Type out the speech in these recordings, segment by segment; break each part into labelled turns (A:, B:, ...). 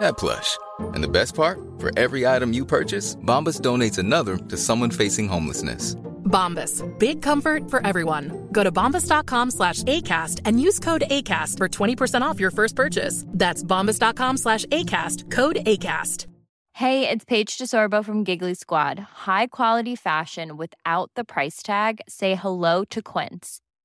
A: that plush. And the best part? For every item you purchase, Bombas donates another to someone facing homelessness.
B: Bombas. Big comfort for everyone. Go to bombas.com slash ACAST and use code ACAST for 20% off your first purchase. That's bombas.com slash ACAST. Code ACAST.
C: Hey, it's Paige DeSorbo from Giggly Squad. High quality fashion without the price tag. Say hello to Quince.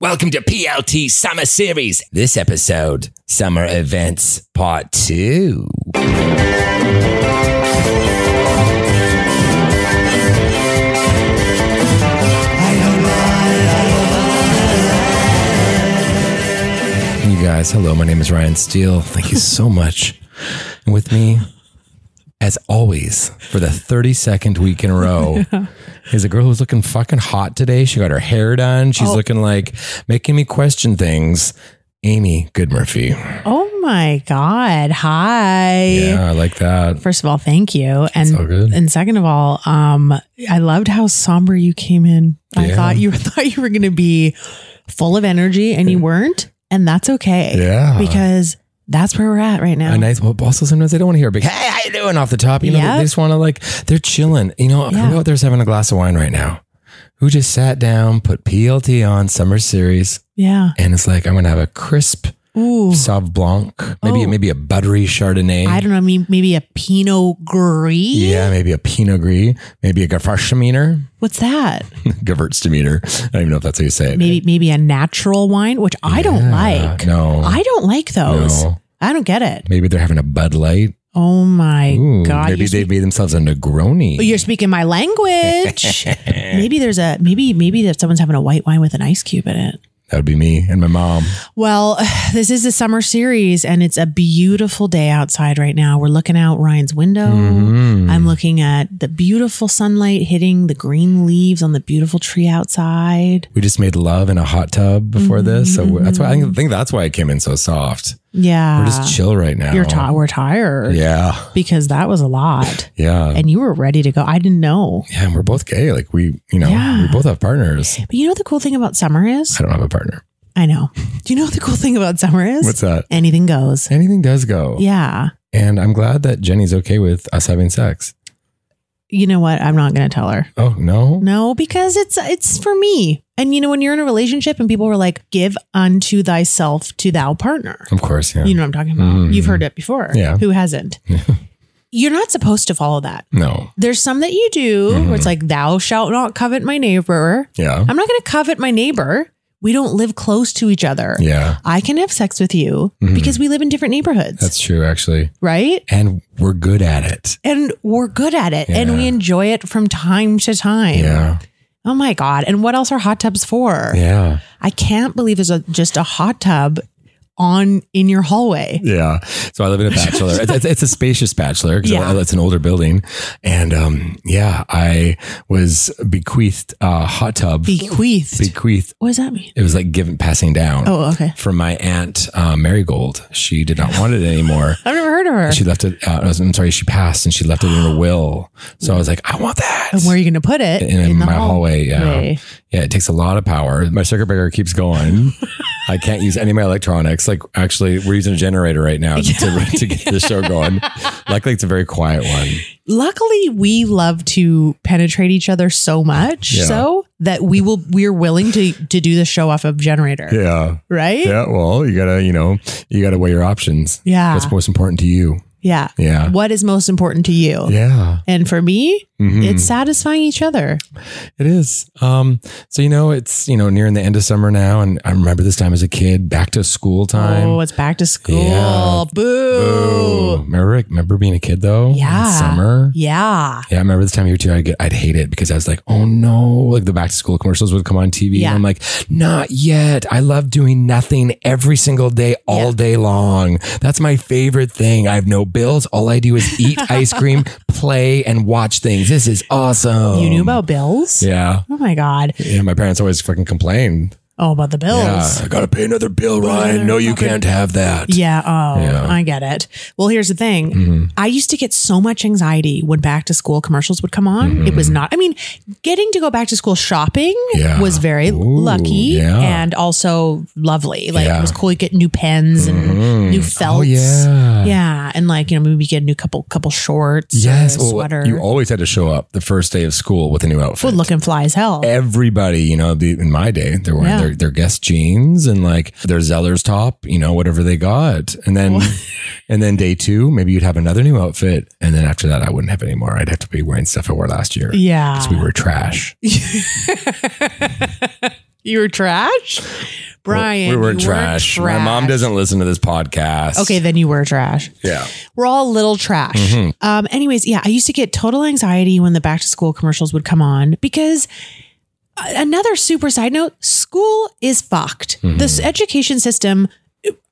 D: Welcome to PLT Summer Series. This episode, Summer Events Part 2. You guys, hello. My name is Ryan Steele. Thank you so much. And with me, as always, for the 32nd week in a row, is a girl who's looking fucking hot today. She got her hair done. She's
E: Oh.
D: looking like making me question things. Amy Goodmurphy.
E: Oh my God. Hi.
D: Yeah, I like that.
E: First of all, thank you. And
D: all good.
E: and second of all, um, I loved how somber you came in. I
D: Yeah.
E: thought you thought you were gonna be full of energy and you weren't, and that's okay.
D: Yeah.
E: Because that's where we're at right now.
D: A nice, well, also sometimes they don't want to hear a big, hey, how you doing off the top. You know,
E: Yeah.
D: they just want to like, they're chilling. You know,
E: Yeah.
D: who out there's having a glass of wine right now? Who just sat down, put PLT on Summer Series,
E: Yeah.
D: and it's like, I'm going to have a crisp
E: Ooh.
D: Sauv Blanc, maybe,
E: Oh.
D: maybe a buttery Chardonnay.
E: I don't know, I mean maybe a Pinot Gris.
D: yeah, maybe a Pinot Gris, maybe a Gewurztraminer,
E: What's that?
D: Gewurztraminer. I don't even know if that's how you say it.
E: Maybe maybe a natural wine, which I don't
D: Yeah,
E: like.
D: No,
E: I don't like those.
D: No.
E: I don't get it.
D: Maybe they're having a Bud Light.
E: Oh my
D: Ooh,
E: god! Oh,
D: maybe
E: you're,
D: they made themselves a Negroni.
E: spe- you're speaking my language. maybe there's a maybe maybe that someone's having a white wine with an ice cube in it.
D: that would be me and my mom.
E: Well, this is the summer series, and it's a beautiful day outside right now. We're looking out Ryan's window.
D: Mhm.
E: I'm looking at the beautiful sunlight hitting the green leaves on the beautiful tree outside.
D: We just made love in a hot tub before this, so we're- that's why
E: Mm-hmm.
D: I think that's why it came in so soft.
E: Yeah,
D: We're just chill right now.
E: You're ti- We're tired.
D: Yeah,
E: because that was a lot,
D: yeah,
E: and you were ready to go. I didn't know.
D: yeah. And we're both gay. Like we, you know,
E: Yeah.
D: we both have partners.
E: But you know what the cool thing about summer is?
D: I don't have a partner.
E: I know. Do you know what the cool thing about summer is?
D: What's that?
E: Anything goes.
D: Anything does go.
E: Yeah.
D: And I'm glad that Jenny's okay with us having sex.
E: You know what? I'm not going to tell her.
D: Oh no.
E: No, because it's it's for me. And you know, when you're in a relationship and people were like, "Give unto thyself to thou partner,"
D: Of course, yeah.
E: you know what I'm talking about.
D: Mhm.
E: You've heard it before.
D: Yeah.
E: Who hasn't? you're not supposed to follow that.
D: no.
E: There's some that you do where
D: Mm-hmm.
E: it's like, "Thou shalt not covet my neighbor."
D: Yeah.
E: I'm not going to covet my neighbor. We don't live close to each other.
D: yeah.
E: I can have sex with you
D: Mhm.
E: because we live in different neighborhoods,
D: That's true, actually.
E: right?
D: And we're good at it.
E: and we're good at it
D: Yeah.
E: and we enjoy it from time to time.
D: Yeah.
E: Oh my God. And what else are hot tubs for?
D: Yeah.
E: I can't believe there's a, just a hot tub on in your hallway.
D: Yeah. So I live in a bachelor. it's, it's- it's a spacious bachelor because
E: Yeah.
D: it's an older building. And um, yeah, I was bequeathed a hot tub.
E: Bequeathed.
D: Bequeathed.
E: what does that mean?
D: It was like given passing down
E: Oh, okay.
D: from my aunt uh, Marigold. She did not want it anymore.
E: I've never heard murderer.
D: She left it out. I was- I'm sorry, she passed and she left it in her will. So I was like, I want that.
E: and where are you going to put it?
D: in, in
E: the
D: my
E: hall-
D: hallway. Yeah.
E: way.
D: Yeah. It takes a lot of power. My circuit breaker keeps going. I can't use any of my electronics. Like, actually, we're using a generator right now to, to get the show going. Luckily, it's a very quiet one.
E: Luckily, we love to penetrate each other so much
D: Yeah.
E: so that we will we're willing to to do the show off of generator,
D: Yeah.
E: right?
D: Yeah. Well, you gotta, you know, you gotta weigh your options.
E: Yeah.
D: What's most important to you?
E: Yeah.
D: Yeah.
E: What is most important to you?
D: Yeah.
E: And for me,
D: Mhm.
E: it's satisfying each other.
D: It is. Um, so you know, it's you know nearing the end of summer now, and I remember this time as a kid, back to school time.
E: Oh, it's back to school.
D: Yeah.
E: Boo.
D: Boo. Remember, remember being a kid though?
E: Yeah.
D: In summer.
E: Yeah.
D: Yeah, I remember this time you were too. I'd get, I'd hate it because I was like, oh no, like the back to school commercials would come on TV,
E: Yeah.
D: and I'm like, not yet. I love doing nothing every single day, all
E: Yeah.
D: day long. That's my favorite thing. I have no bills. All I do is eat ice cream, play, and watch things. This is awesome.
E: You knew about bills?
D: Um, Yeah.
E: Oh my God.
D: Yeah, my parents always fucking complained.
E: Oh, about the bills.
D: Yeah, I gotta pay another bill, Ryan. No, you can't have that.
E: Yeah. Oh,
D: Yeah.
E: I get it. Well, here's the thing.
D: Mhm.
E: I used to get so much anxiety when back to school commercials would come on. It was not, I mean, getting to go back to school shopping
D: Mm-hmm. Yeah.
E: was very
D: Ooh,
E: lucky
D: yeah.
E: and also lovely. Like
D: Yeah.
E: it was cool to get new pens and
D: Mhm.
E: new
D: Oh,
E: felts.
D: yeah.
E: Yeah. And like, you know, maybe get a new couple, couple shorts.
D: Yes,
E: Or a
D: well,
E: sweater.
D: you always had to show up the first day of school with a new outfit.
E: would look and fly as hell.
D: Eh. Everybody, you know, the, in my day, they're wearing
E: Yeah.
D: their, their guest jeans and like their Zeller's top, you know, whatever they got. And then, and then day two, maybe you'd have another new outfit. And then after that, I wouldn't have any more. I'd have to be wearing stuff I wore last year.
E: Yeah.
D: Because we were trash.
E: you were trash? Brian.
D: we were
E: you
D: trash. My mom doesn't listen to this podcast.
E: Okay, then you were trash.
D: Yeah.
E: We're all a little trash. Um, anyways, yeah, I used to get total anxiety when the back to school commercials would come on because uh, another super side note school is fucked. This education system.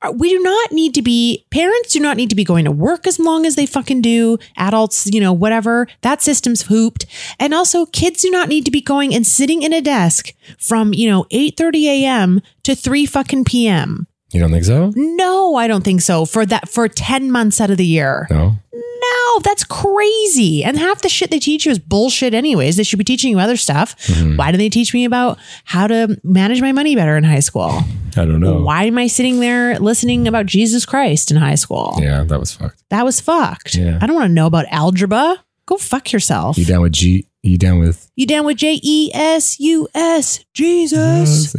E: uh, We do not need to be, parents do not need to be going to work as long as they fucking do. Adults, you know, whatever. That system's hooped. And also kids do not need to be going and sitting in a desk from, you know, 8 30 a.m. to 3 fucking p.m.
D: You don't think so?
E: No, I don't think so. For that, for 10 months out of the year.
D: No.
E: No, that's crazy. And half the shit they teach you is bullshit, anyways. They should be teaching you other stuff.
D: Mm-hmm.
E: Why did they teach me about how to manage my money better in high school?
D: I don't know.
E: Why am I sitting there listening about Jesus Christ in high school?
D: Yeah, that was fucked.
E: That was fucked.
D: Yeah.
E: I don't want to know about algebra. Go fuck yourself.
D: You down with G? You down with?
E: You down with J E S U S, Jesus.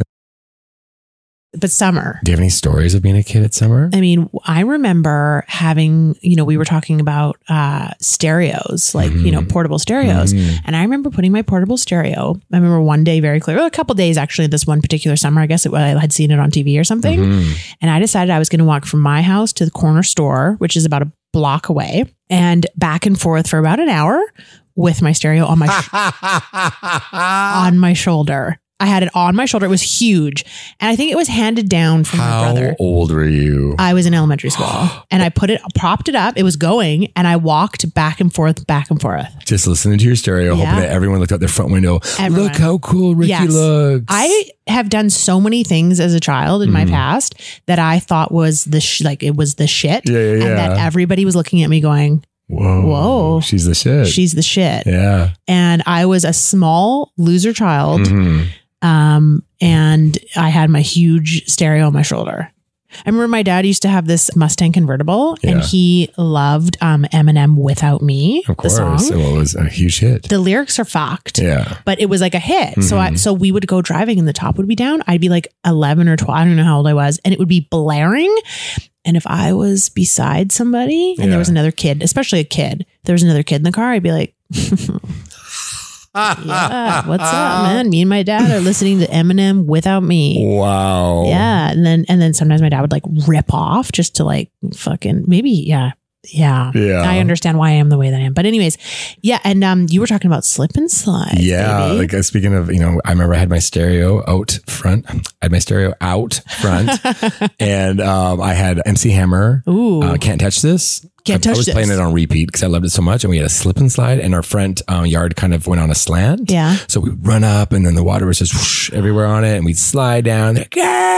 E: But summer.
D: Do you have any stories of being a kid at summer?
E: I mean, I remember having, you know, we were talking about uh, stereos, like, you know,
D: Mhm.
E: portable stereos.
D: Mhm.
E: And I remember putting my portable stereo. I remember one day very clear, well, a couple days actually, this one particular summer, I guess it, I had seen it on TV or something.
D: Mhm.
E: And I decided I was going to walk from my house to the corner store, which is about a block away, and back and forth for about an hour with my stereo on my on my shoulder. I had it on my shoulder. It was huge. And I think it was handed down from my
D: How
E: brother.
D: old were you?
E: I was in elementary school and I put it, propped it up. It was going and I walked back and forth, back and forth.
D: Just listening to your stereo,
E: Yeah.
D: hoping that everyone looked out their front window.
E: Everyone.
D: Look how cool Ricky
E: Yes.
D: looks.
E: I have done so many things as a child in my
D: Mm-hmm.
E: past that I thought was the, sh- like it was the shit.
D: Yeah, yeah,
E: And that
D: yeah.
E: everybody was looking at me going,
D: Whoa.
E: Whoa.
D: She's the shit.
E: she's the shit.
D: yeah.
E: And I was a small loser child.
D: Mhm.
E: Um, and I had my huge stereo on my shoulder. I remember my dad used to have this Mustang convertible and
D: Yeah.
E: he loved um, Eminem Without Me,
D: Of
E: the
D: course.
E: song.
D: Well, it was a huge hit.
E: the lyrics are fucked.
D: yeah.
E: But it was like a hit. So I
D: Mhm.
E: so we would go driving and the top would be down. I'd be like 11 or 12, I don't know how old I was, and it would be blaring. And if I was beside somebody and
D: Yeah.
E: there was another kid, especially a kid, there was another kid in the car, I'd be like, "Yeah, what's up, man? Me and my dad are listening to Eminem without me."
D: Wow.
E: Yeah, and then and then sometimes my dad would like rip off just to like fucking maybe yeah. Yeah.
D: Yeah.
E: I understand why I am the way that I am. But anyways, yeah, and um you were talking about slip and slide.
D: Yeah,
E: baby.
D: like uh, speaking of, you know, I remember I had my stereo out front. I had my stereo out front, and um, I had MC Hammer.
E: Ooh.
D: Uh, can't touch this.
E: Can't
D: I, I
E: touch
D: was
E: this.
D: playing it on repeat because I loved it so much, and we had a slip and slide, and our front um, yard kind of went on a slant.
E: Yeah.
D: So we run up, and then the water was just whoosh everywhere on it, and we'd slide down. Like, "Ah!"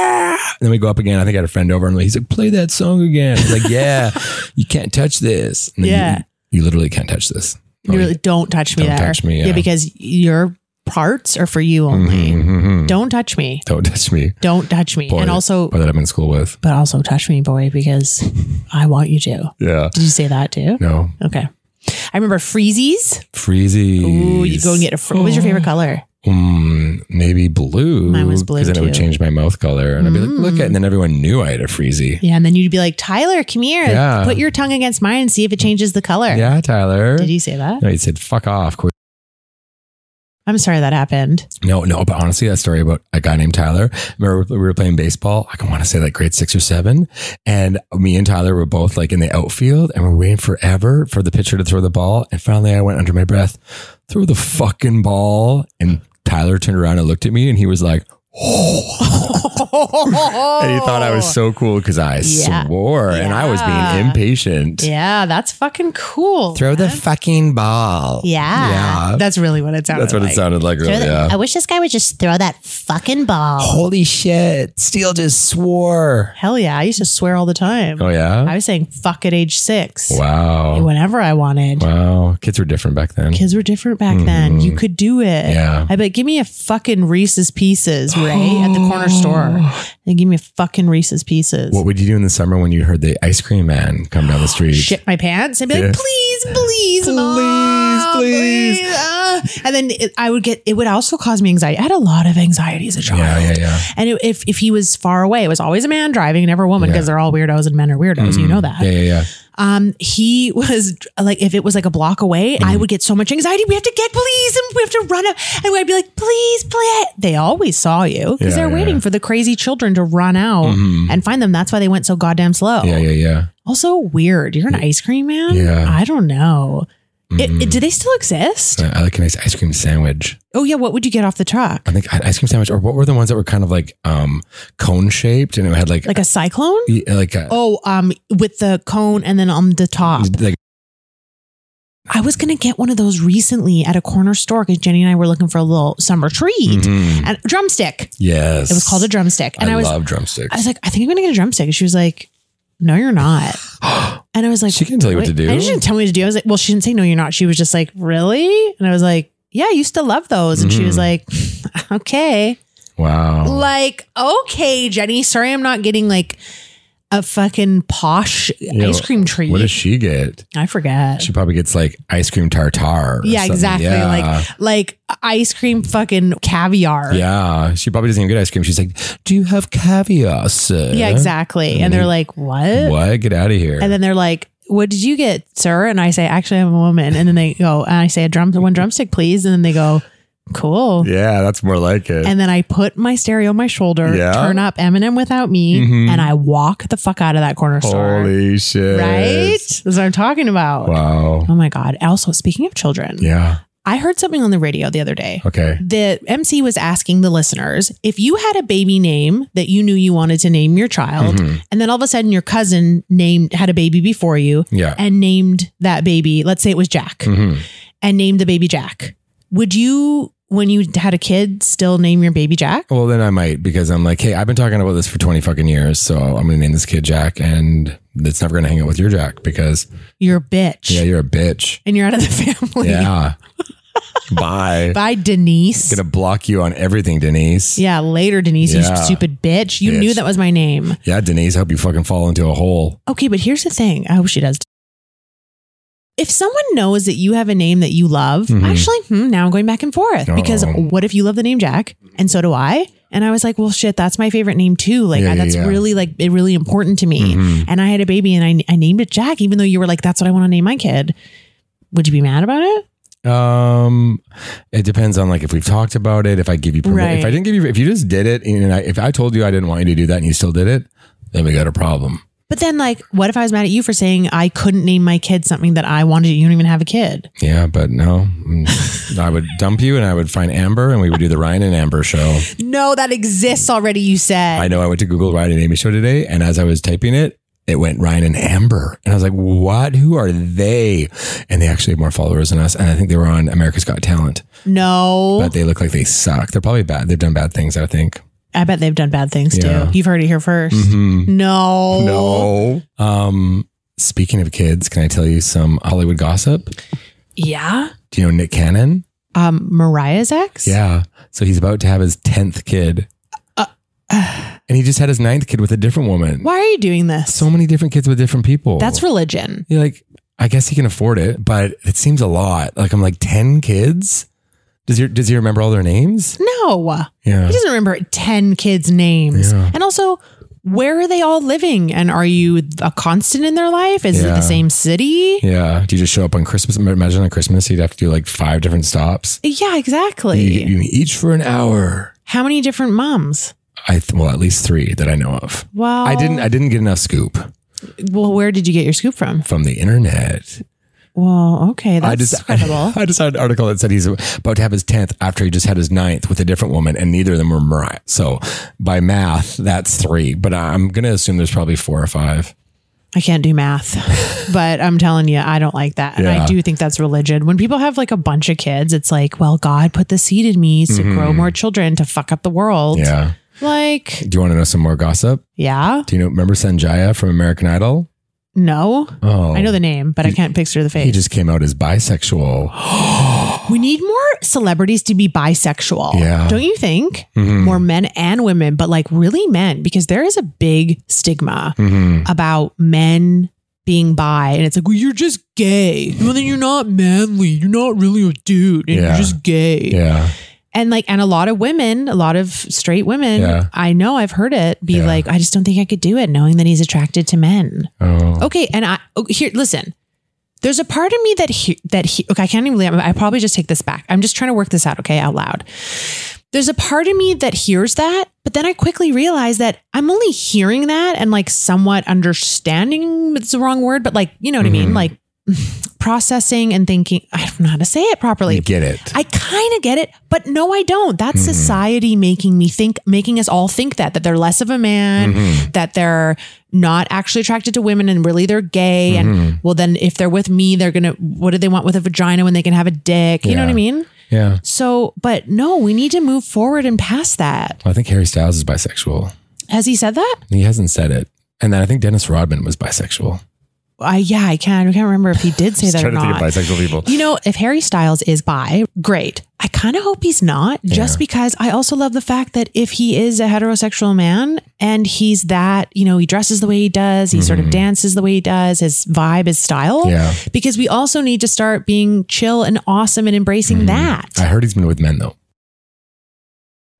D: And then we go up again. I think I had a friend over, and he's like, "Play that song again." I was like, "Yeah, you can't touch this." And then you-
E: Yeah.
D: You, literally can't touch this.
E: You really don't touch me
D: Oh, Don't
E: there.
D: touch me, yeah.
E: because your parts are for you only.
D: Mhm.
E: Don't touch me.
D: Don't touch me.
E: Don't touch me.
D: Boy,
E: and also,
D: boy that I'm in school with.
E: but also touch me, boy, because I want you to.
D: Yeah.
E: Did you say that too?
D: No.
E: Okay. I remember freezies.
D: Freezy.
E: Ooh, you go and get a. Fr- what was your favorite color?
D: Mm, maybe blue.
E: Mine was blue,
D: Because then it would
E: too. Mm.
D: change my mouth color. And I'd be like, look at, and then everyone knew I had a freezy.
E: Yeah, and then you'd be like, Tyler, come here.
D: Yeah.
E: Put your tongue against mine and see if it changes the color.
D: Yeah, Tyler.
E: Did he say that?
D: No, he said, fuck off. Quit.
E: I'm sorry that happened.
D: No, no, but honestly, that story about a guy named Tyler. Remember, we were playing baseball. I want to say like grade six or seven, and me and Tyler were both like in the outfield, and we we're waiting forever for the pitcher to throw the ball. And finally, I went under my breath, throw the fucking ball, and Tyler turned around and looked at me, and he was like,
E: Oh.
D: and he thought I was so cool because I
E: Yeah.
D: swore and I was
E: Yeah.
D: being impatient.
E: Yeah, that's fucking cool.
D: Throw the fucking ball.
E: Yeah.
D: Yeah.
E: That's really what it sounded
D: That's what
E: like.
D: it sounded like, really. yeah.
E: I wish this guy would just throw that fucking ball.
D: Holy shit. Steele just swore.
E: Hell yeah. I used to swear all the time.
D: Oh, yeah?
E: I was saying fuck at age six.
D: Wow.
E: Whenever I wanted.
D: Wow. Kids were different back then.
E: Kids were different back then. You could do it.
D: Yeah.
E: I bet give me a fucking Reese's Pieces, Ray, at the corner store. And give me a fucking Reese's Pieces.
D: What would you do in the summer when you heard the ice cream man come down the street?
E: Shit my pants and be
D: Yeah.
E: like, please, please, mom,
D: please."
E: ah." and then it, I would get. It would also cause me anxiety. I had a lot of anxiety as a child.
D: Yeah, yeah, yeah.
E: And it, if if he was far away, it was always a man driving, never a woman, because they're all weirdos and men are weirdos. You know that.
D: Mm-hmm. Yeah, yeah, yeah.
E: Um, he was like, if it was like a block away,
D: Mm-hmm.
E: I would get so much anxiety. We have to get police, and we have to run up, and I'd be like, please, please. They always saw you because
D: Yeah,
E: they're
D: yeah,
E: waiting
D: yeah. Mm-hmm.
E: for the crazy children to run out and find them. That's why they went so goddamn slow.
D: Yeah, yeah, yeah.
E: Also weird. You're an ice cream man.
D: Yeah. Mm-hmm.
E: I don't know. It- it- do they still exist?
D: Uh, I like a nice ice cream sandwich.
E: Oh yeah. What would you get off the truck?
D: I think I had ice cream sandwich, or what were the ones that were kind of like um cone shaped and it had like
E: Like a cyclone?
D: Yeah, like a,
E: Oh, um, with the cone and then on the top.
D: like
E: I was gonna get one of those recently at a corner store because Jenny and I were looking for a little summer treat
D: Mhm.
E: and drumstick.
D: yes.
E: It was called a drumstick, and I,
D: I,
E: was
D: love drumsticks.
E: I was like, I think I'm gonna get a drumstick. And she was like, No, you're not. and I was like,
D: She can't tell you what to
E: "Wait."
D: do.
E: And she didn't tell me what to do. I was like, Well, she didn't say no, you're not. She was just like, Really? And I was like, Yeah, you still love those. And she was like,
D: Mm-hmm.
E: Okay.
D: wow.
E: Like, okay, Jenny. Sorry, I'm not getting like a fucking posh
D: You
E: ice
D: know,
E: cream treat.
D: What does she get?
E: I forget.
D: She probably gets like ice cream tartare. or
E: yeah,
D: something.
E: exactly.
D: Yeah.
E: Like like ice cream fucking caviar.
D: yeah, she probably doesn't even get ice cream. She's like, "Do you have caviar, sir?"
E: Yeah, exactly. And they're like, what?
D: Mm-hmm. What? Get out of here!
E: And then they're like, what did you get, sir? And I say, actually, I'm a woman. And then they go, and I say, a drum, one drumstick, please. And then they go, cool.
D: yeah, that's more like it.
E: And then I put my stereo on my shoulder,
D: Yeah. Mm-hmm.
E: turn up Eminem without me, and I walk the fuck out of that corner store.
D: Holy shit!
E: Right? That's what I'm talking about.
D: Wow.
E: Oh my God. Also, speaking of children,
D: Yeah.
E: I heard something on the radio the other day.
D: Okay.
E: The MC was asking the listeners if you had a baby name that you knew you wanted to name your child,
D: Mm-hmm.
E: and then all of a sudden your cousin named had a baby before you
D: Yeah.
E: and named that baby, let's say it was Jack,
D: Mhm.
E: and named the baby Jack. Would you, when you had a kid, still name your baby Jack?
D: Well, then I might because I'm like, hey, I've been talking about this for 20 fucking years, so I'm gonna name this kid Jack, and it's never gonna hang out with your Jack because
E: You're a bitch.
D: yeah, you're a bitch.
E: and you're out of the family.
D: Yeah. Bye.
E: Bye, Denise.
D: Gonna block you on everything, Denise.
E: yeah, later, Denise,
D: Yeah.
E: you stupid bitch. You
D: Bitch.
E: knew that was my name.
D: Yeah, Denise, hope you fucking fall into a hole.
E: Okay, but here's the thing. I hope she does. If someone knows that you have a name that you love,
D: Mhm.
E: actually, hmm, now I'm going back and forth because
D: Uh-oh.
E: what if you love the name Jack and so do I? And I was like, well, shit, that's my favorite name too. Like,
D: Yeah,
E: I-
D: yeah,
E: that's
D: yeah.
E: really like it really important to me.
D: Mhm.
E: And I had a baby and I, I named it Jack, even though you were like, that's what I want to name my kid. Would you be mad about it?
D: Um, it depends on like if we've talked about it. If I give you permit,
E: Right.
D: if I didn't give you, if you just did it, and I, if I told you I didn't want you to do that, and you still did it, then we got a problem.
E: But then, like, what if I was mad at you for saying I couldn't name my kid something that I wanted? You don't even have a kid.
D: Yeah, but no, Mm. I would dump you, and I would find Amber, and we would do the Ryan and Amber show.
E: No, that exists already. You said.
D: I know I went to Google Ryan and Amy show today, and as I was typing it, it went Ryan and Amber. And I was like, what? Who are they? And they actually have more followers than us. And I think they were on America's Got Talent,
E: No,
D: but they look like they suck. They're probably bad. They've done bad things, I think.
E: I bet they've done bad things
D: Yeah. Mm-hmm.
E: too. You've heard it here 1st No,
D: No. Um, speaking of kids, can I tell you some Hollywood gossip?
E: yeah.
D: Do you know Nick Cannon?
E: Um, Mariah's ex.
D: Yeah. So he's about to have his 10th kid.
E: Uh,
D: and he just had his ninth kid with a different woman.
E: Why are you doing this?
D: So many different kids with different people.
E: That's religion.
D: You're like, I guess he can afford it, but it seems a lot. Like I'm like ten kids. Does he does he remember all their names?
E: No,
D: Yeah.
E: he doesn't remember ten kids' names.
D: Yeah.
E: And also, where are they all living? And are you a constant in their life? Is it
D: Yeah.
E: the same city? Yeah,
D: Yeah. Do you just show up on Christmas? Imagine on Christmas you'd have to do like five different stops. You,
E: exactly.
D: you- each for an hour.
E: How many different moms?
D: I th- well at least three that I know of.
E: Well,
D: I didn't I didn't get enough scoop
E: Well, where did you get your scoop from?
D: from the internet.
E: Well, okay, that's
D: I just
E: credible.
D: I just saw an article that said he's about to have his tenth after he just had his ninth with a different woman, and neither of them were Mariah. So by math, that's three. But I'm gonna assume there's probably four or five.
E: I can't do math, but I'm telling you, I don't like that. And I
D: Yeah.
E: do think that's religion. When people have like a bunch of kids, it's like, well, God put the seed in me to grow more children to fuck up the world.
D: Mm-hmm. Yeah.
E: Like,
D: Do you want to know some more gossip?
E: yeah,
D: Do you know remember Sanjaya from American Idol?
E: no.
D: Oh,
E: I know the name, but I can't picture the face.
D: He just came out as bisexual.
E: we need more celebrities to be bisexual.
D: Yeah.
E: Don't you think?
D: Mhm.
E: More men and women, but like really men, because there is a big stigma
D: Mhm.
E: about men being bi and it's like well you're just gay well then you're not manly you're not really a dude and you're
D: Yeah.
E: just gay
D: Yeah.
E: and like and a lot of women a lot of straight women
D: Yeah.
E: i know i've heard it be
D: Yeah.
E: like i just don't think i could do it knowing that he's attracted to men
D: Oh.
E: okay and i oh, here listen there's a part of me that he, that he okay i can't even believe i probably just take this back i'm just trying to work this out okay out loud there's a part of me that hears that but then i quickly realize that i'm only hearing that and like somewhat understanding it's the wrong word but like you know what i mean
D: Mhm.
E: like processing and thinking i don't know how to say it properly
D: You get it.
E: I kind of get it, but no, I don't. That's
D: Mhm.
E: society making me think, making us all think that, that they're less of a man,
D: Mhm.
E: that they're not actually attracted to women and really they're gay.
D: Mm-hmm.
E: And well, then if they're with me, they're going to, what do they want with a vagina when they can have a dick? You know
D: Yeah.
E: what I mean?
D: Yeah.
E: So, but no, we need to move forward and past that.
D: I think Harry Styles is bisexual.
E: Has he said that?
D: He hasn't said it. And then I think Dennis Rodman was bisexual.
E: I yeah, I can't, I can't remember if he did say
D: Just
E: that or
D: trying to think
E: not.
D: of bisexual people.
E: You know, if Harry Styles is bi, great. I kind of hope he's not, just
D: Yeah.
E: because I also love the fact that if he is a heterosexual man and he's that, you know, he dresses the way he does, he sort of dances the way he does, his vibe, his style.
D: Mm-hmm. Yeah.
E: Because we also need to start being chill and awesome and embracing
D: Mhm.
E: that.
D: I heard he's been with men though.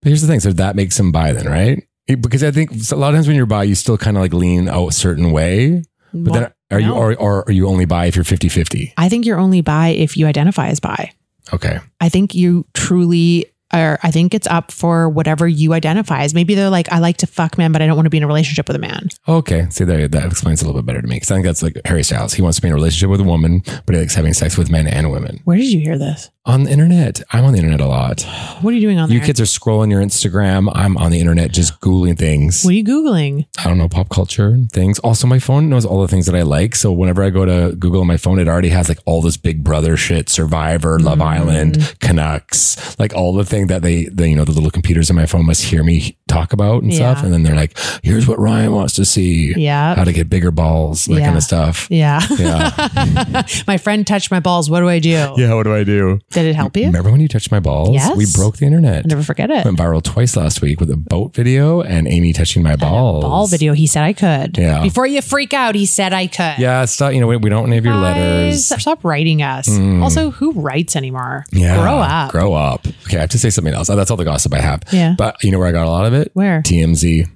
D: But here's the thing: so that makes him bi then, right? It- Because I think a lot of times when you're bi, you still kind of like lean out a certain way. But
E: Well,
D: then are you
E: no.
D: or, or are you only bi if you're 50-50?
E: I think you're only bi if you identify as bi.
D: Okay.
E: I think you truly are. I think it's up for whatever you identify as. Maybe they're like, I like to fuck men, but I don't want to be in a relationship with a man.
D: Okay. See, there, that explains it a little bit better to me. Because I think that's like Harry Styles. He wants to be in a relationship with a woman, but he likes having sex with men and women.
E: Where did you hear this?
D: On the internet. I'm on the internet a lot.
E: What are you doing on
D: You
E: there?
D: kids are scrolling your Instagram. I'm on the internet just Googling things.
E: What are you Googling?
D: I don't know, pop culture and things. Also, my phone knows all the things that I like. So whenever I go to Google on my phone, it already has like all this Big Brother shit, Survivor, Love
E: Mm.
D: Island, Canucks, like all the thing that they, the, you know, the little computers in my phone must hear me talk about and stuff.
E: Yeah.
D: And then they're like, here's what Ryan wants to see.
E: Yeah.
D: How to get bigger balls, that kind
E: Yeah.
D: of stuff.
E: Yeah.
D: Yeah.
E: my friend touched my balls. What do I do?
D: yeah. What do I do?
E: Did it help you?
D: Remember when you touched my balls?
E: Yes.
D: We broke the internet.
E: I'll never forget it.
D: Went viral twice last week with a boat video and Amy touching my balls.
E: Ball video. He said I could.
D: Yeah.
E: Before you freak out, he said I could.
D: Yeah, stop. You know, we, we don't have your
E: Guys,
D: letters. Mm.
E: Stop writing us. Also, who writes anymore?
D: Yeah.
E: Grow up.
D: Grow up. Okay, I have to say something else. Oh, that's all the gossip I have.
E: Yeah.
D: But you know where I got a lot of it?
E: Where?
D: TMZ.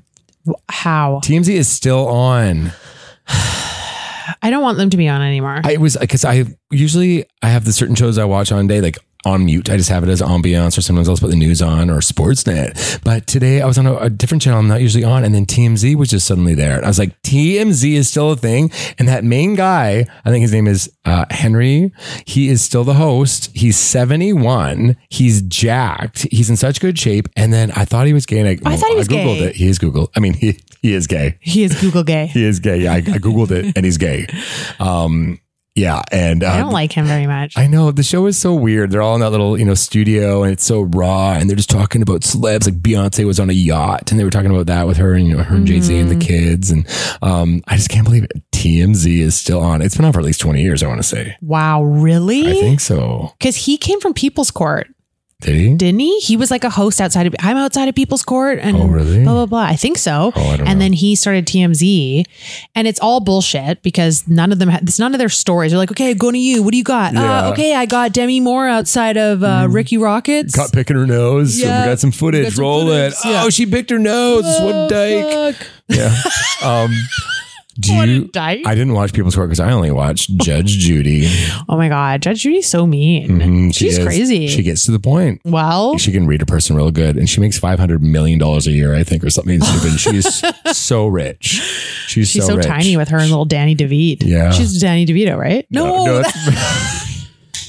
E: How?
D: TMZ is still on.
E: I don't want them to be on anymore.
D: I was because I usually I have the certain shows I watch on day like on mute. I just have it as ambiance, or sometimes I'll just put the news on or Sportsnet. But today I was on a, a different channel I'm not usually on, and then TMZ was just suddenly there. And I was like, TMZ is still a thing. And that main guy, I think his name is uh, Henry, he is still the host. He's 71. He's jacked. He's in such good shape. And then I thought he was gay. And I,
E: I thought he was
D: Googled
E: gay.
D: it. He is Googled. I mean, he, he is gay.
E: He is Google gay.
D: He is gay. Yeah, I, I Googled it and he's gay. Um, yeah. And uh,
E: I don't like him very much.
D: I know the show is so weird. They're all in that little, you know, studio and it's so raw and they're just talking about celebs. Like Beyonce was on a yacht and they were talking about that with her and, you know, her and Jay Z and
E: Mm-hmm.
D: the kids. And um, I just can't believe it. TMZ is still on. It's been on for at least 20 years, I want to say.
E: wow, really?
D: I think so.
E: because he came from People's Court,
D: Did he?
E: didn't he? He was like a host outside of I'm outside of People's Court and
D: Oh, really?
E: blah blah blah. I think so.
D: Oh, I don't
E: and
D: know.
E: then he started TMZ, and it's all bullshit because none of them ha- it's none of their stories. They're like, okay, going to you. What do you got?
D: Yeah. Mm.
E: Uh, okay, I got Demi Moore outside of uh, Ricky Rockets.
D: Caught picking her nose. so
E: Yeah.
D: we got some footage.
E: We got some
D: Roll
E: footage,
D: it.
E: yeah.
D: Oh, she picked her nose.
E: Oh,
D: what dyke.
E: fuck.
D: Yeah. Um, do
E: What a
D: you?
E: dyke.
D: I didn't watch People's Court because I only watched Judge Judy.
E: Oh my god, Judge Judy's so mean.
D: Mhm, she
E: She's
D: is.
E: crazy.
D: She gets to the point.
E: well,
D: She can read a person real good, and she makes five hundred million dollars a year, I think, or something stupid. She's so rich. She's,
E: she's so,
D: rich.
E: tiny with her and little Danny DeVito.
D: Yeah.
E: she's Danny DeVito, right?
D: No, no, that's-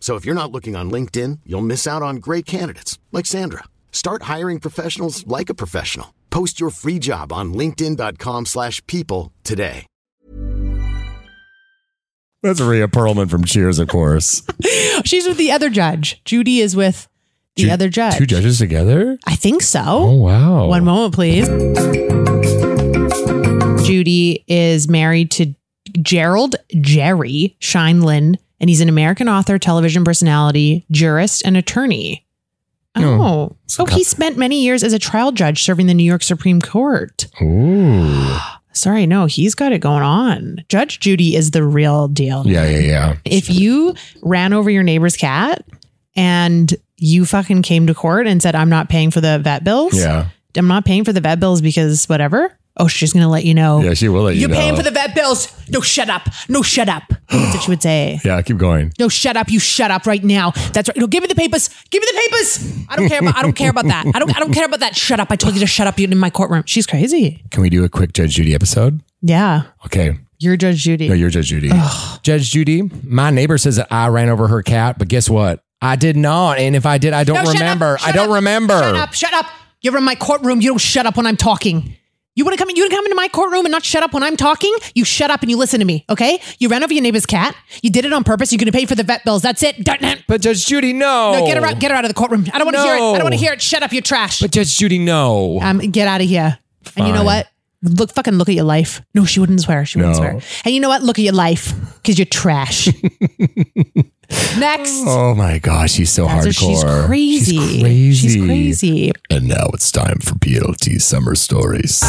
F: So if you're not looking on LinkedIn, you'll miss out on great candidates like Sandra. Start hiring professionals like a professional. Post your free job on linkedin.com/people slash people today.
D: that's Rhea Perlman from Cheers, of course.
E: She's with the other judge. Judy is with the
D: Ju-
E: other judge.
D: Two judges together.
E: I think so.
D: Oh wow.
E: One moment, please. Judy is married to Gerald Jerry Shinelin, and he's an American author, television personality, jurist, and attorney. Oh,
D: Oh.
E: oh, he spent many years as a trial judge serving the New York Supreme Court.
D: Ooh.
E: Sorry, no, he's got it going on. Judge Judy is the real deal.
D: Yeah, yeah, yeah.
E: If you ran over your neighbor's cat and you fucking came to court and said, I'm not paying for the vet bills,
D: Yeah.
E: I'm not paying for the vet bills because whatever. Oh, she's going to let you know.
D: Yeah, she uh, will let you
E: You're
D: know.
E: paying for the vet bills. No, shut up. No, shut up. That's what she would say.
D: Yeah, keep going.
E: No, shut up. You shut up right now. That's right. No, give me the papers. Give me the papers. I don't care about. I don't care about that. I don't. I don't care about that. Shut up. I told you to shut up. You're in my courtroom. She's crazy.
D: Can we do a quick Judge Judy episode?
E: Yeah,
D: Okay.
E: you're Judge Judy.
D: No, you're Judge Judy. Judge Judy, my neighbor says that I ran over her cat, but guess what? I did not. And if I did, I don't
E: No, shut up,
D: remember.
E: shut
D: I don't
E: up,
D: remember.
E: Shut up. Shut up. You're in my courtroom. You don't shut up when I'm talking. You want to come in, you want to come into my courtroom and not shut up when I'm talking? You shut up and you listen to me, okay? You ran over your neighbor's cat. You did it on purpose. You're going to pay for the vet bills. That's it. Dun- dun.
D: But Judge Judy, no.
E: No, get her out. Get her out of the courtroom. I don't want to hear it. I don't
D: No.
E: want to hear it. Shut up. You're trash.
D: But Judge Judy, no.
E: um, get out of here. And you know
D: Fine.
E: what? Look, fucking look at your life. No, she wouldn't swear. She wouldn't
D: No.
E: swear. And you know what? Look at your life because you're trash. Next.
D: oh my gosh, she's so
E: That's her-
D: hardcore.
E: she's crazy.
D: She's crazy.
E: She's crazy.
D: And now it's time for PLT Summer Stories.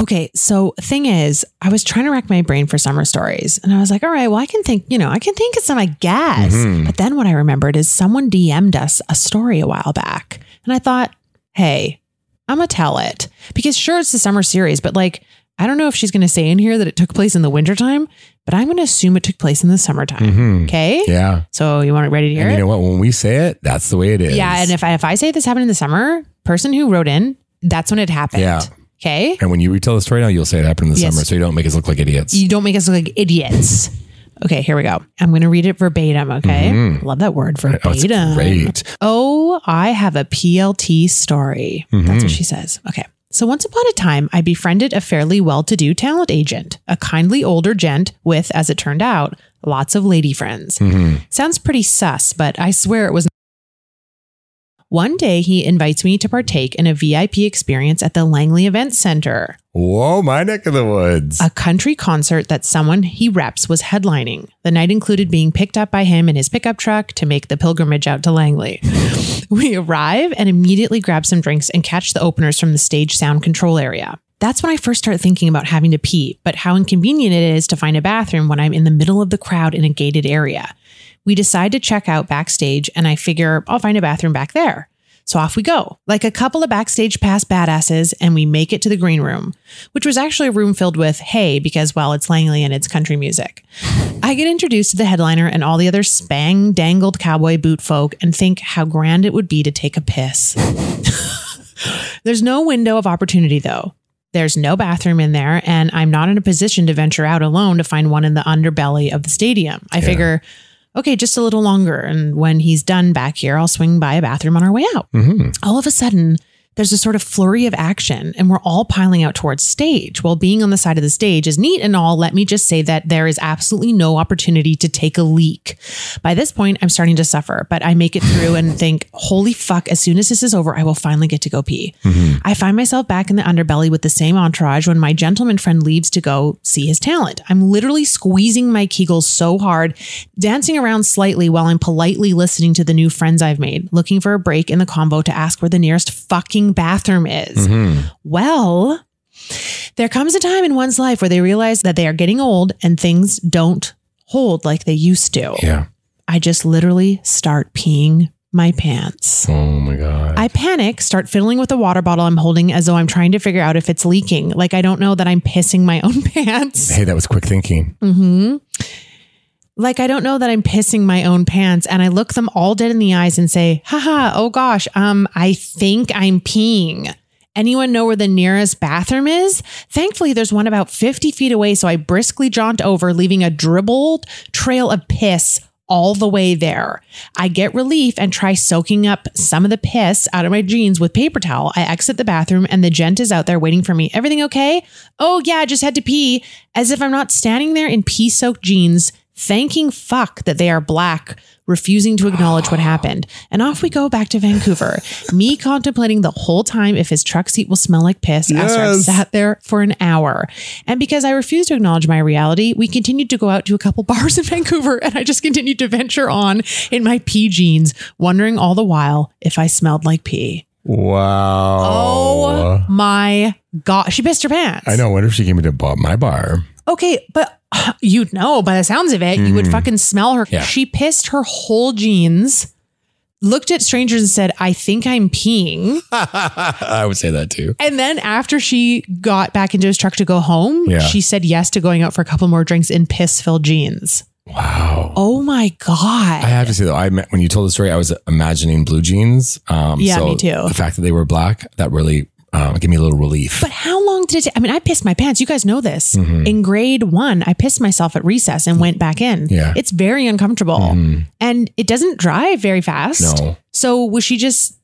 E: Okay, so thing is, I was trying to rack my brain for summer stories, and I was like, "All right, well, I can think, you know, I can think of some, I guess."
D: Mm-hmm.
E: But then what I remembered is someone DM'd us a story a while back, and I thought, "Hey, I'm gonna tell it because sure, it's the summer series, but like, I don't know if she's gonna say in here that it took place in the wintertime, but I'm gonna assume it took place in the summertime." Okay,
D: Mm-hmm. Yeah.
E: so you want it ready to hear
D: And you
E: it?
D: know what? When we say it, that's the way it is.
E: yeah, and if I if I say this happened in the summer, person who wrote in, that's when it happened.
D: Yeah.
E: Okay.
D: And when you retell the story now, you'll say it happened in the
E: Yes.
D: summer, so you don't make us look like idiots.
E: You don't make us look like idiots. Okay, here we go. I'm going to read it verbatim. Okay. Love that word
D: oh, it's
E: verbatim.
D: great. Mm-hmm.
E: Oh, I have a PLT story. That's what she says. Okay. So once upon a time, I befriended a fairly well to do talent agent, a kindly older gent with, as it turned out, lots of lady
D: Hmm.
E: friends.
D: Mm-hmm.
E: Sounds pretty sus, but I swear it was. One day, he invites me to partake in a VIP experience at the Langley Event Center,
D: Whoa, my neck of the woods.
E: a country concert that someone he reps was headlining. The night included being picked up by him in his pickup truck to make the pilgrimage out to Langley. we arrive and immediately grab some drinks and catch the openers from the stage sound control area. That's when I first start thinking about having to pee, but how inconvenient it is to find a bathroom when I'm in the middle of the crowd in a gated area. We decide to check out backstage, and I figure I'll find a bathroom back there. So off we go, like a couple of backstage pass badasses, and we make it to the green room, which was actually a room filled with hay because, well, it's Langley and it's country music. I get introduced to the headliner and all the other spang dangled cowboy boot folk and think how grand it would be to take a piss. There's no window of opportunity, though. There's no bathroom in there, and I'm not in a position to venture out alone to find one in the underbelly of the stadium. I figure, okay, just a little longer. And when he's done back here, I'll swing by a bathroom on our way out. All of a sudden, there's a sort of flurry of action, and we're all piling out towards stage. While being on the side of the stage is neat and all, let me just say that there is absolutely no opportunity to take a leak. By this point, I'm starting to suffer, but I make it through and think, holy fuck, as soon as this is over, I will finally get to go pee. I find myself back in the underbelly with the same entourage when my gentleman friend leaves to go see his talent. I'm literally squeezing my kegels so hard, dancing around slightly while I'm politely listening to the new friends I've made, looking for a break in the convo to ask where the nearest fucking bathroom is. Well, there comes a time in one's life where they realize that they are getting old and things don't hold like they used to.
D: Yeah.
E: I just literally start peeing my pants.
D: Oh my god.
E: I panic, start fiddling with the water bottle I'm holding as though I'm trying to figure out if it's leaking. Like I don't know that I'm pissing my own pants.
D: hey, that was quick thinking.
E: hmm Like I don't know that I'm pissing my own pants. And I look them all dead in the eyes and say, haha, oh gosh, um, I think I'm peeing. Anyone know where the nearest bathroom is? Thankfully, there's one about 50 feet away, so I briskly jaunt over, leaving a dribbled trail of piss all the way there. I get relief and try soaking up some of the piss out of my jeans with paper towel. I exit the bathroom and the gent is out there waiting for me. Everything okay? Oh, yeah, I just had to pee. As if I'm not standing there in pee soaked jeans, thanking fuck that they are black, refusing to acknowledge what happened. And off we go back to Vancouver, me contemplating the whole time if his truck seat will smell like piss after I've
D: Yes.
E: sat there for an hour. And because I refused to acknowledge my reality, we continued to go out to a couple bars in Vancouver and I just continued to venture on in my pee jeans, wondering all the while if I smelled like pee.
D: Wow.
E: Oh my God. She pissed her pants.
D: I know. I wonder if she came into bo- my bar.
E: Okay, but you'd know by the sounds of it, you would fucking smell her.
D: Mm-hmm. Yeah.
E: She pissed her whole jeans, looked at strangers and said, I think I'm peeing.
D: I would say that too.
E: And then after she got back into his truck to go home,
D: Yeah.
E: she said yes to going out for a couple more drinks in piss filled jeans.
D: Wow.
E: Oh my God.
D: I have to say though, I met, when you told the story, I was imagining blue jeans. Um,
E: Yeah,
D: so
E: me too.
D: The fact that they were black that really um, gave me a little relief.
E: But how long did it take? I mean, I pissed my pants. You guys know this.
D: Mm-hmm.
E: In grade one, I pissed myself at recess and went back in.
D: Yeah. Mm-hmm.
E: It's very uncomfortable. And it doesn't dry very fast.
D: No.
E: So was she just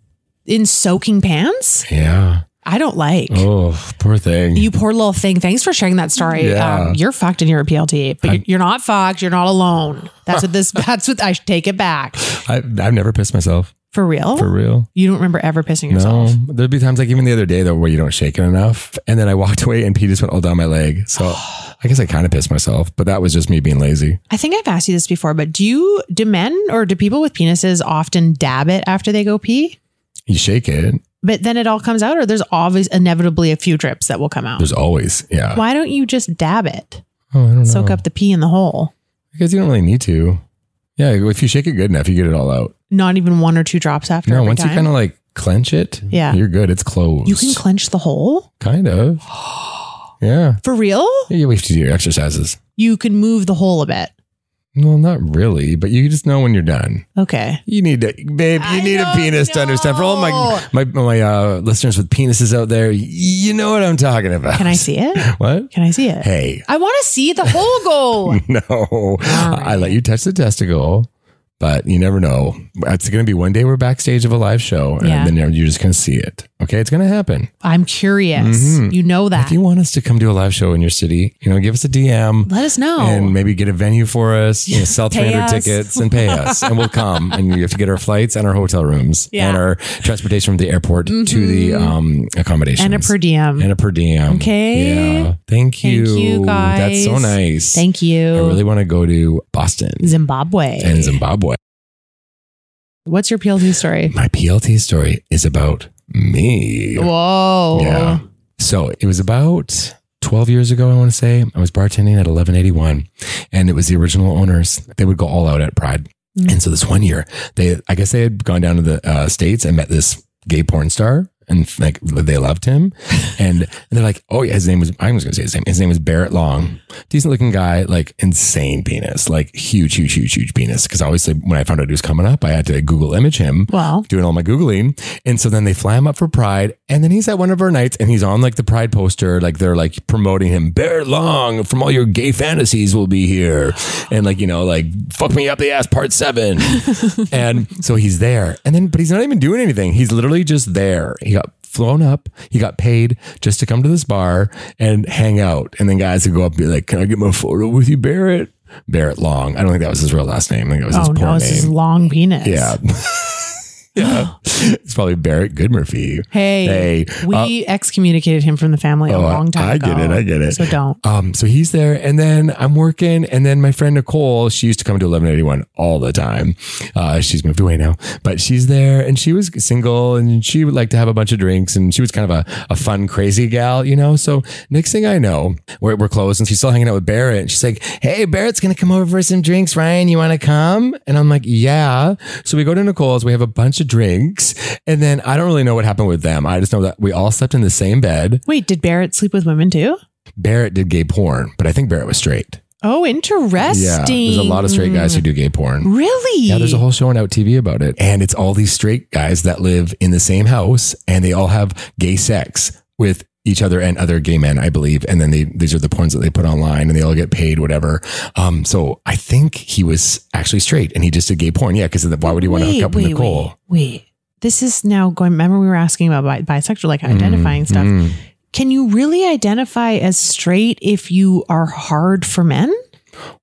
E: in soaking pants?
D: yeah.
E: I don't like.
D: Oh, poor thing.
E: You poor little thing. Thanks for sharing that story.
D: Yeah.
E: Um, you're fucked and you're a PLT, but you're, you're not fucked. You're not alone. That's what this, that's what I should take it back.
D: I, I've never pissed myself
E: For real?
D: for real.
E: You don't remember ever pissing
D: No,
E: yourself.
D: there'd be times like even the other day though where you don't shake it enough, and then I walked away and pee just went all down my leg. So I guess I kind of pissed myself, but that was just me being lazy.
E: I think I've asked you this before, but do you, do men or do people with penises often dab it after they go pee?
D: You shake it.
E: but then it all comes out or there's always inevitably a few drips that will come out
D: There's always yeah.
E: Oh. why don't you just dab it
D: Oh, I don't know.
E: soak up the pee in the hole
D: because you don't really need to. Yeah, if you shake it good enough, you get it all out.
E: not even one or two drops after
D: No,
E: every
D: once you
E: time
D: kind of like clench it,
E: Yeah.
D: you're good. It's closed.
E: you can clench the hole
D: kind of. Yeah.
E: for real
D: Yeah, we have to do your exercises.
E: you can move the hole a bit
D: Well, not really, but you just know when you're done.
E: okay
D: You need to, babe. You
E: I
D: need a
E: don't
D: penis to understand. For all
E: know.
D: my my my uh, listeners with penises out there, you know what I'm talking about.
E: can i see it
D: What?
E: can i see it
D: Hey,
E: i want to see the hole go
D: no, I let you touch the testicle, but you never know. It's going to be one day we're backstage of a live show, and
E: Yeah.
D: then you're just going to see it. Okay, it's going to happen.
E: I'm curious.
D: Mhm.
E: You know that.
D: If you want us to come do a live show in your city, you know, give us a DM.
E: Let us know.
D: And maybe get a venue for us, you know, sell
E: Oh. Pay
D: 300
E: us.
D: tickets and pay us. and we'll come. And you have to get our flights and our hotel rooms
E: Yeah. Mm-hmm.
D: and our transportation from the airport to the um, accommodations.
E: and a per diem.
D: And a per diem.
E: Okay.
D: Yeah. Thank you.
E: Thank you, guys.
D: That's so nice.
E: Thank you.
D: I really want to go to Boston
E: Zimbabwe.
D: and Zimbabwe.
E: What's your PLT story?
D: My PLT story is about me.
E: Whoa.
D: Yeah. So it was about 12 years ago, I want to say. I was bartending at 1181, and it was the original owners. They would go all out at Pride.
E: Mm.
D: And so this one year, they I guess they had gone down to the uh, states and met this gay porn star. And like they loved him, and, and they're like, oh yeah, his name was I was gonna say his name. His name was Barrett Long, decent looking guy, like insane penis, like huge, huge, huge, huge penis. Because obviously, when I found out he was coming up, I had to Google image him
E: Well,
D: doing all my googling and so then they fly him up for pride and then he's at one of our nights and he's on like the pride poster like they're like promoting him bear long from all your gay fantasies will be here and like you know like fuck me up the ass part seven and so he's there and then but he's not even doing anything he's literally just there he got flown up he got paid just to come to this bar and hang out and then guys would go up and be like can i get my photo with you barrett barrett long i don't think that was his real last name i think it was his
E: oh
D: porn
E: no,
D: name
E: this is long penis.
D: yeah. yeah. It's probably Barrett Goodmurphy.
E: Hey,
D: Hey, uh,
E: we excommunicated him from the family a
D: oh,
E: long time
D: I
E: ago.
D: get it, I get it.
E: So don't.
D: Um, so he's there, and then I'm working, and then my friend Nicole, she used to come to 1181 all the time. Uh, she's moved away now, but she's there, and she was single, and she would like to have a bunch of drinks, and she was kind of a, a fun, crazy gal, you know. So next thing I know, we're, we're close, and she's still hanging out with Barrett, and she's like, "Hey, Barrett's gonna come over for some drinks, Ryan. You want to come?" And I'm like, "Yeah." So we go to Nicole's, we have a bunch of drinks, and then I don't really know what happened with them. I just know that we all slept in the same bed.
E: Wait, did Barrett sleep with women too?
D: Barrett did gay porn, but I think Barrett was straight.
E: Oh, interesting.
D: Yeah, there's a lot of straight guys who do gay porn.
E: Really?
D: Yeah, there's a whole show on Out TV about it, and it's all these straight guys that live in the same house, and they all have gay sex with each other and other gay men, I believe. And then they these are the porns that they put online, and they all get paid whatever. Um, so I think he was actually straight, and he just did gay porn. Yeah, because why would he want to
E: Wait,
D: hook up with
E: wait,
D: Nicole?
E: Wait, wait. This is now going. Remember, we were asking about bi- bisexual, like identifying stuff.
D: Mm,
E: Can you really identify as straight if you are hard for men?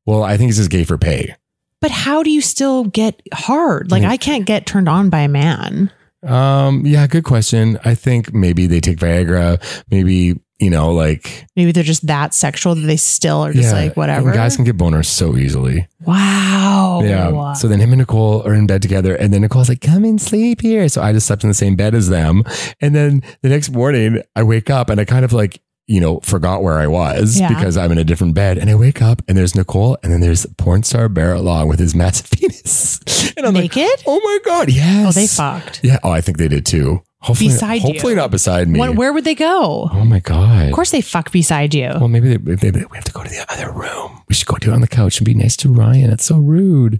D: Well, I think he's just gay for pay.
E: But how do you still get hard? Like, I can't get turned on by a man.
D: Um, yeah, good question. I think maybe they take Viagra. Maybe you know, like
E: Maybe they're just that sexual that they still are just like,
D: and
E: whatever. Oh,
D: Guys can get boners so easily.
E: wow.
D: Yeah. So then him and Nicole are in bed together, and then Nicole's like, "Come and sleep here." So I just slept in the same bed as them, and then the next morning I wake up and I kind of like. You know, forgot where I was
E: Yeah.
D: because I'm in a different bed, and I wake up and there's Nicole, and then there's porn star Barrett Long with his massive penis, and I'm like,
E: Naked?
D: "Oh my god, yes!"
E: oh, they fucked.
D: Yeah. Oh, I think they did too. Hopefully,
E: Beside you.
D: hopefully not beside me.
E: When, where would they go?
D: oh my god.
E: Of course, they fuck beside you.
D: Well, maybe, they, maybe we have to go to the other room. We should go do it on the couch and be nice to Ryan. That's so rude.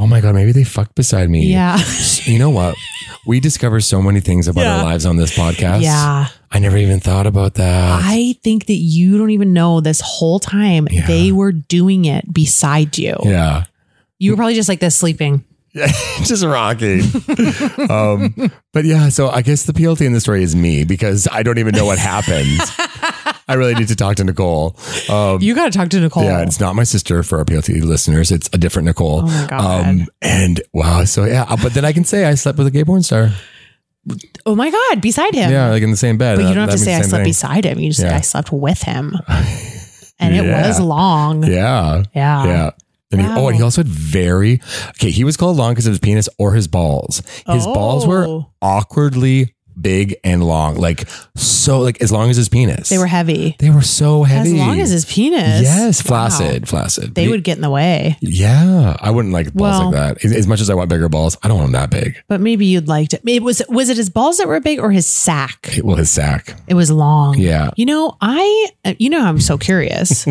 D: Oh my God, maybe they fucked beside me.
E: yeah.
D: You know what? We discover so many things about
E: Yeah.
D: our lives on this podcast.
E: Yeah.
D: I never even thought about that.
E: I think that you don't even know this whole time
D: Yeah.
E: they were doing it beside you.
D: yeah.
E: You were probably just like this sleeping.
D: Just rocking. um, but yeah, so I guess the PLT in the story is me because I don't even know what happened. I really need to talk to Nicole. Um,
E: You got to talk to Nicole.
D: Yeah, it's not my sister for our PLT listeners. It's a different Nicole. Um,
E: Oh my God.
D: and wow, so yeah, uh, but then I can say I slept with a gay porn star.
E: oh my God, beside him.
D: Yeah, like in the same bed.
E: but you don't have
D: That- that
E: to say I
D: means the
E: slept
D: same
E: beside him. You just say
D: Yeah.
E: I slept with him. And it
D: Yeah.
E: was long.
D: thing. Yeah,
E: Yeah.
D: yeah. And he, oh, and he
E: Wow.
D: also had very okay. He was called long because of his penis or his balls. His balls were
E: Oh.
D: awkwardly big and long, like so, like as long as his penis.
E: They were heavy.
D: they were so heavy.
E: As long as his penis.
D: yes,
E: Wow.
D: flaccid, flaccid.
E: They
D: He-
E: would get in the way.
D: Yeah, I wouldn't like balls
E: Well-
D: like that. As- As much as I want bigger balls, I don't want them that big.
E: But maybe you'd like to. It was was it his balls that were big or his sack?
D: Well, his sack.
E: It was long.
D: Yeah.
E: You know, I uh, you know I'm so curious.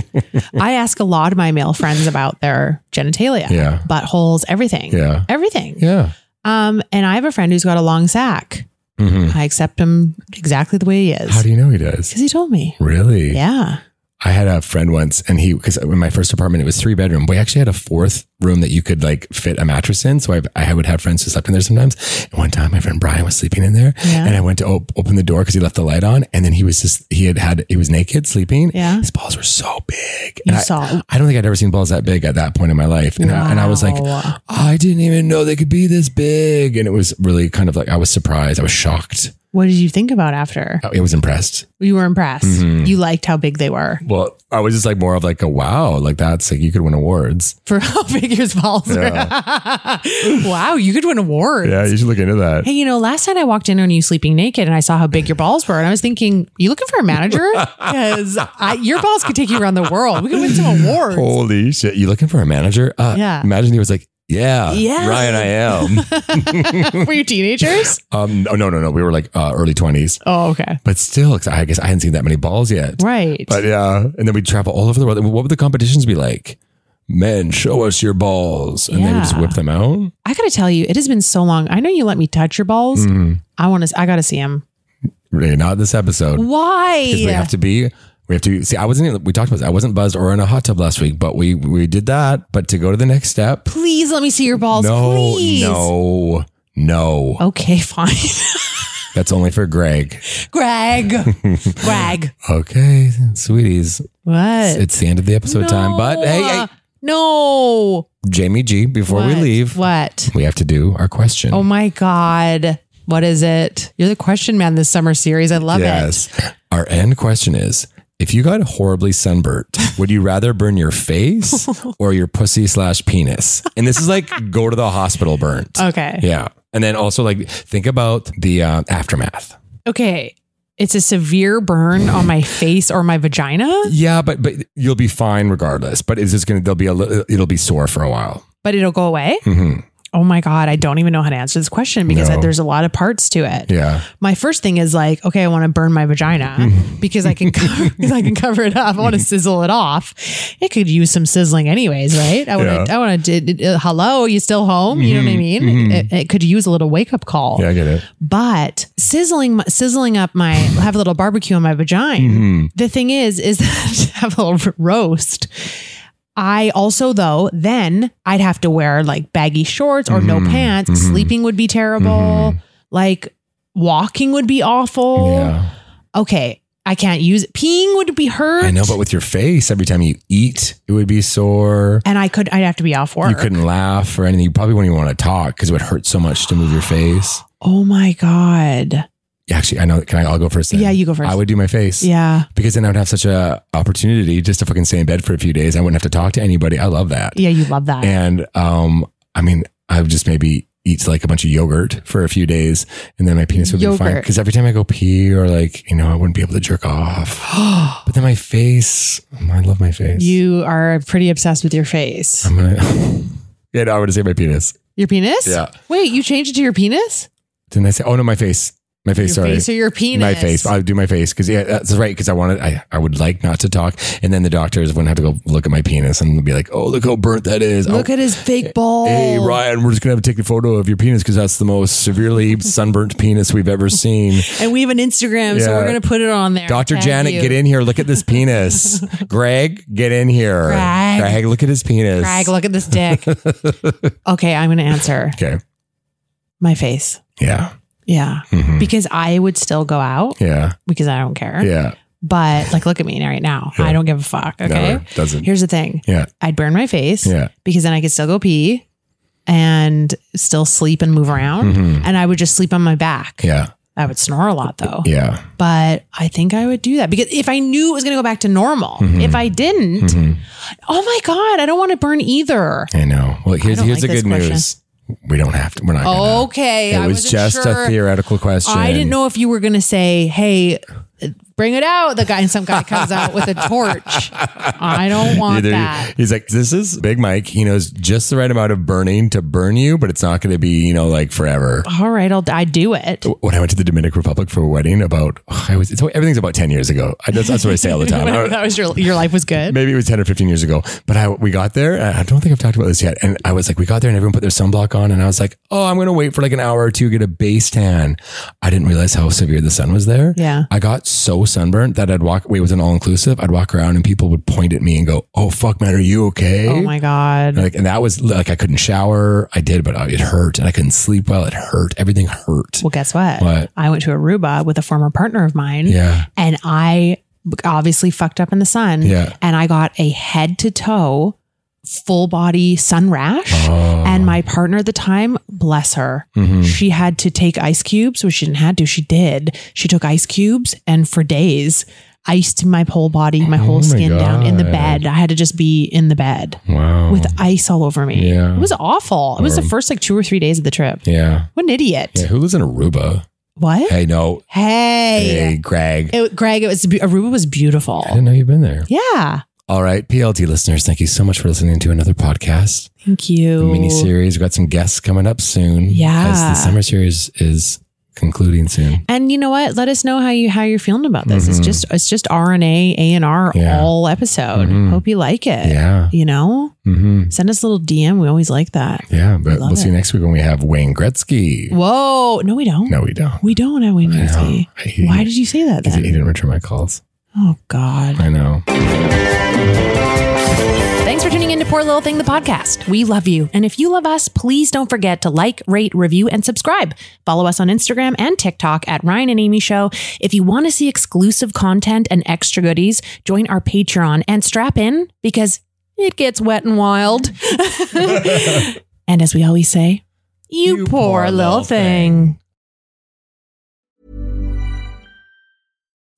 E: I ask a lot of my male friends about their genitalia,
D: Yeah.
E: buttholes, everything.
D: Yeah.
E: Everything.
D: Yeah.
E: Um, and I have a friend who's got a long sack.
D: hmm
E: I accept him exactly the way he is.
D: How do you know he does?
E: because he told me.
D: Really?
E: Yeah.
D: I had a friend once, and he because in my first apartment it was three bedroom. We actually had a fourth room that you could like fit a mattress in. So I, I would have friends who slept in there sometimes. And one time, my friend Brian was sleeping in there,
E: Yeah.
D: and I went to op- open the door because he left the light on, and then he was just he had had he was naked sleeping.
E: Yeah.
D: his balls were so big.
E: You
D: And I,
E: saw 'em.
D: I don't think I'd ever seen balls that big at that point in my life, and, I, and I was like,
E: Wow.
D: I didn't even know they could be this big, and it was really kind of like I was surprised. I was shocked.
E: What did you think about after?
D: I was impressed.
E: You were impressed.
D: mm-hmm.
E: You liked how big they were
D: Well, I was just like more of like a wow, like that's like you could win awards.
E: for how big your balls were. wow, you could win awards.
D: you should look into that.
E: Hey, you know, last night I walked in on you sleeping naked and I saw how big your balls were. And I was thinking, you looking for a manager? Because your balls could take you around the world. We could win some awards.
D: Holy shit! You looking for a manager? Uh,
E: Yeah.
D: Imagine he was like, yeah,
E: Yeah.
D: Ryan, I am. Oh.
E: were you teenagers?
D: um, no, no, no, no. We were like uh, early twenties,
E: Oh, okay.
D: but still, 'cause I guess I hadn't seen that many balls yet.
E: Right.
D: But yeah, and then we'd travel all over the world. And What would the competitions be like? Men, show us your balls, and they would just
E: Yeah.
D: whip them out.
E: I got to tell you, it has been so long. I know you let me touch your balls.
D: Mm-hmm.
E: I want to, I got to see them.
D: Really, not this episode.
E: Why?
D: because we have to be we have to see i wasn't even- we talked about this i wasn't buzzed or in a hot tub last week but we we did that but to go to the next step
E: please let me see your balls.
D: no
E: please.
D: no no
E: Okay, fine.
D: that's only for greg
E: Greg. Greg.
D: okay sweeties
E: What?
D: it's the end of the episode time but hey, hey
E: No.
D: jamie g before we
E: What?
D: leave
E: What?
D: we have to do our question
E: Oh my God. What is it? You're the question man this summer series. I love it.
D: yes our end question is if you got horribly sunburnt, would you rather burn your face or your pussy slash penis? And this is like go to the hospital burnt.
E: Okay.
D: Yeah. And then also like think about the uh, aftermath.
E: Okay. It's a severe burn on my face or my vagina,
D: Yeah, but but you'll be fine regardless. But it's just gonna there'll be a li- it'll be sore for a while.
E: but it'll go away.
D: Mm-hmm.
E: Oh my God. I don't even know how to answer this question because
D: No.
E: there's a lot of parts to it.
D: Yeah,
E: My first thing is like, okay, I want to burn my vagina
D: Hmm.
E: because I can cover, because I can cover it up. I want to sizzle it off. It could use some sizzling, anyways, right? I want to. I want to. Uh, hello, you still home?
D: Mm-hmm.
E: You know what I mean? It, it could use a little wake up call.
D: yeah, I get it.
E: but sizzling sizzling up my have a little barbecue on my vagina
D: Mm-hmm.
E: the thing is is that have a little roast i also though then i'd have to wear like baggy shorts or no
D: Mm-hmm.
E: pants sleeping would be terrible like walking would be awful
D: Yeah,
E: okay i can't use it peeing would be hurt
D: I know. But with your face, every time you eat, it would be sore.
E: and i could i'd have to be off work
D: You couldn't laugh or anything. You probably wouldn't even want to talk because it would hurt so much to move your face.
E: oh my god
D: Yeah, Actually, I know. Can I? I'll go first. Then.
E: Yeah, you go first.
D: I would do my face.
E: yeah
D: Because then I would have such a opportunity just to fucking stay in bed for a few days. I wouldn't have to talk to anybody. I love that.
E: yeah you love that
D: And um, I mean, I would just maybe eat like a bunch of yogurt for a few days, and then my penis would be fine.
E: Yogurt.
D: Because every time I go pee or like, you know, I wouldn't be able to jerk off. But then my face, mm, I love my face.
E: you are pretty obsessed with your face
D: I'm gonna. yeah, no, I would say my penis.
E: Your penis?
D: Yeah.
E: Wait, you changed it to your penis?
D: Didn't I say? Oh no, my face. My face.
E: your
D: sorry.
E: face or your penis?
D: My face. I would do my face because yeah, that's right. Because I wanted, I, I would like not to talk, and then the doctors wouldn't have to go look at my penis and be like, "Oh, look how burnt that is."
E: Look
D: oh,
E: at his big ball.
D: Hey Ryan, we're just gonna have to take a photo of your penis because that's the most severely sunburnt penis we've ever seen.
E: And we have an Instagram, so
D: Yeah.
E: we're going to put it on there.
D: Doctor
E: Tag
D: Janet,
E: you.
D: get in here. Look at this penis. Greg, get in here.
E: Greg.
D: look at his penis.
E: Greg, look at this dick. okay, I'm going to answer
D: Okay.
E: my face.
D: Yeah.
E: Yeah.
D: Mhm.
E: Because I would still go out
D: Yeah.
E: because I don't care.
D: Yeah.
E: But like, look at me right now. I don't give a fuck. Okay.
D: Never. Doesn't.
E: Here's the thing
D: yeah.
E: I'd burn my face
D: Yeah.
E: because then I could still go pee and still sleep and move around. And I would just sleep on my back.
D: Mm-hmm. Yeah.
E: I would snore a lot though.
D: Yeah.
E: but I think I would do that because if I knew it was going to go back to normal,
D: Mm-hmm.
E: if I didn't, oh my god, I don't want to burn either.
D: I know. Well, here's
E: don't
D: here's
E: like
D: the
E: this
D: good
E: question.
D: news. We don't have to. We're not. gonna.
E: Okay,
D: It
E: I
D: was
E: wasn't
D: just
E: sure.
D: a theoretical question.
E: I didn't know if you were going to say, "Hey, bring it out." The guy and some guy comes out with a torch. I don't want
D: Either-
E: that.
D: He's like, this is Big Mike. He knows just the right amount of burning to burn you, but it's not going to be, you know, like forever.
E: All right, I'll I do it.
D: when I went to the Dominican Republic for a wedding, about I was it's, everything's about ten years ago. I, that's, that's what I say all the time.
E: Whatever,
D: I-
E: that was your your life was good.
D: maybe it was ten or fifteen years ago, but I we got there. and I don't think I've talked about this yet. And I was like, we got there and everyone put their sunblock on, and I was like, oh, I'm going to wait for like an hour or two to get a base tan. I didn't realize how severe the sun was there.
E: Yeah.
D: I got so sunburnt that I'd walk. Wait, it was an all inclusive. I'd walk around and people would point at me and go, "Oh fuck, man, are you okay?"
E: Oh my god.
D: Like, and that was like I couldn't shower. I did, but I- it hurt, and I couldn't sleep well. It hurt. Everything hurt.
E: Well, guess what?
D: What?
E: I went to Aruba with a former partner of mine.
D: Yeah.
E: And I obviously fucked up in the sun.
D: Yeah.
E: And I got a head to toe, full body sun rash.
D: Oh.
E: And my partner at the time, bless her,
D: Mhm.
E: she had to take ice cubes, which she didn't have to. She did. She took ice cubes and for days iced my whole body, my whole
D: Oh my
E: skin down in the
D: God.
E: bed. I had to just be in the bed
D: Wow.
E: with ice all over me.
D: Yeah.
E: It was awful. It was the
D: Horrible.
E: first like two or three days of the trip.
D: yeah.
E: What an idiot.
D: Yeah. Who lives in Aruba?
E: What?
D: Hey, no. Hey,
E: Hey,
D: Greg.
E: It- Greg, it was be- Aruba was beautiful.
D: I didn't know you've been there.
E: Yeah,
D: All right, PLT listeners, thank you so much for listening to another podcast.
E: thank you.
D: The mini series. We've got some guests coming up soon.
E: Yeah.
D: As the summer series is concluding soon.
E: And you know what? Let us know how you how you're feeling about this.
D: Mhm.
E: It's just it's just RNA A and R
D: Yeah.
E: all episode.
D: Mhm.
E: Hope you like it.
D: Yeah.
E: You know,
D: hmm
E: send us a little DM. We always like that.
D: Yeah. But
E: Love
D: we'll see you
E: it.
D: next week when we have Wayne Gretzky.
E: Whoa! No, we don't.
D: No, we don't.
E: we don't have Wayne
D: I know.
E: Gretzky.
D: I hate
E: Why
D: it.
E: did you say that
D: Because he
E: then?
D: didn't return my calls.
E: Oh God.
D: I know.
E: Thanks for tuning in to Poor Little Thing, the podcast. We love you. And if you love us, please don't forget to like, rate, review, and subscribe. Follow us on Instagram and TikTok at Ryan and Amy Show. If you want to see exclusive content and extra goodies, join our Patreon and strap in because it gets wet and wild. and as we always say, you,
D: You
E: poor, little thing.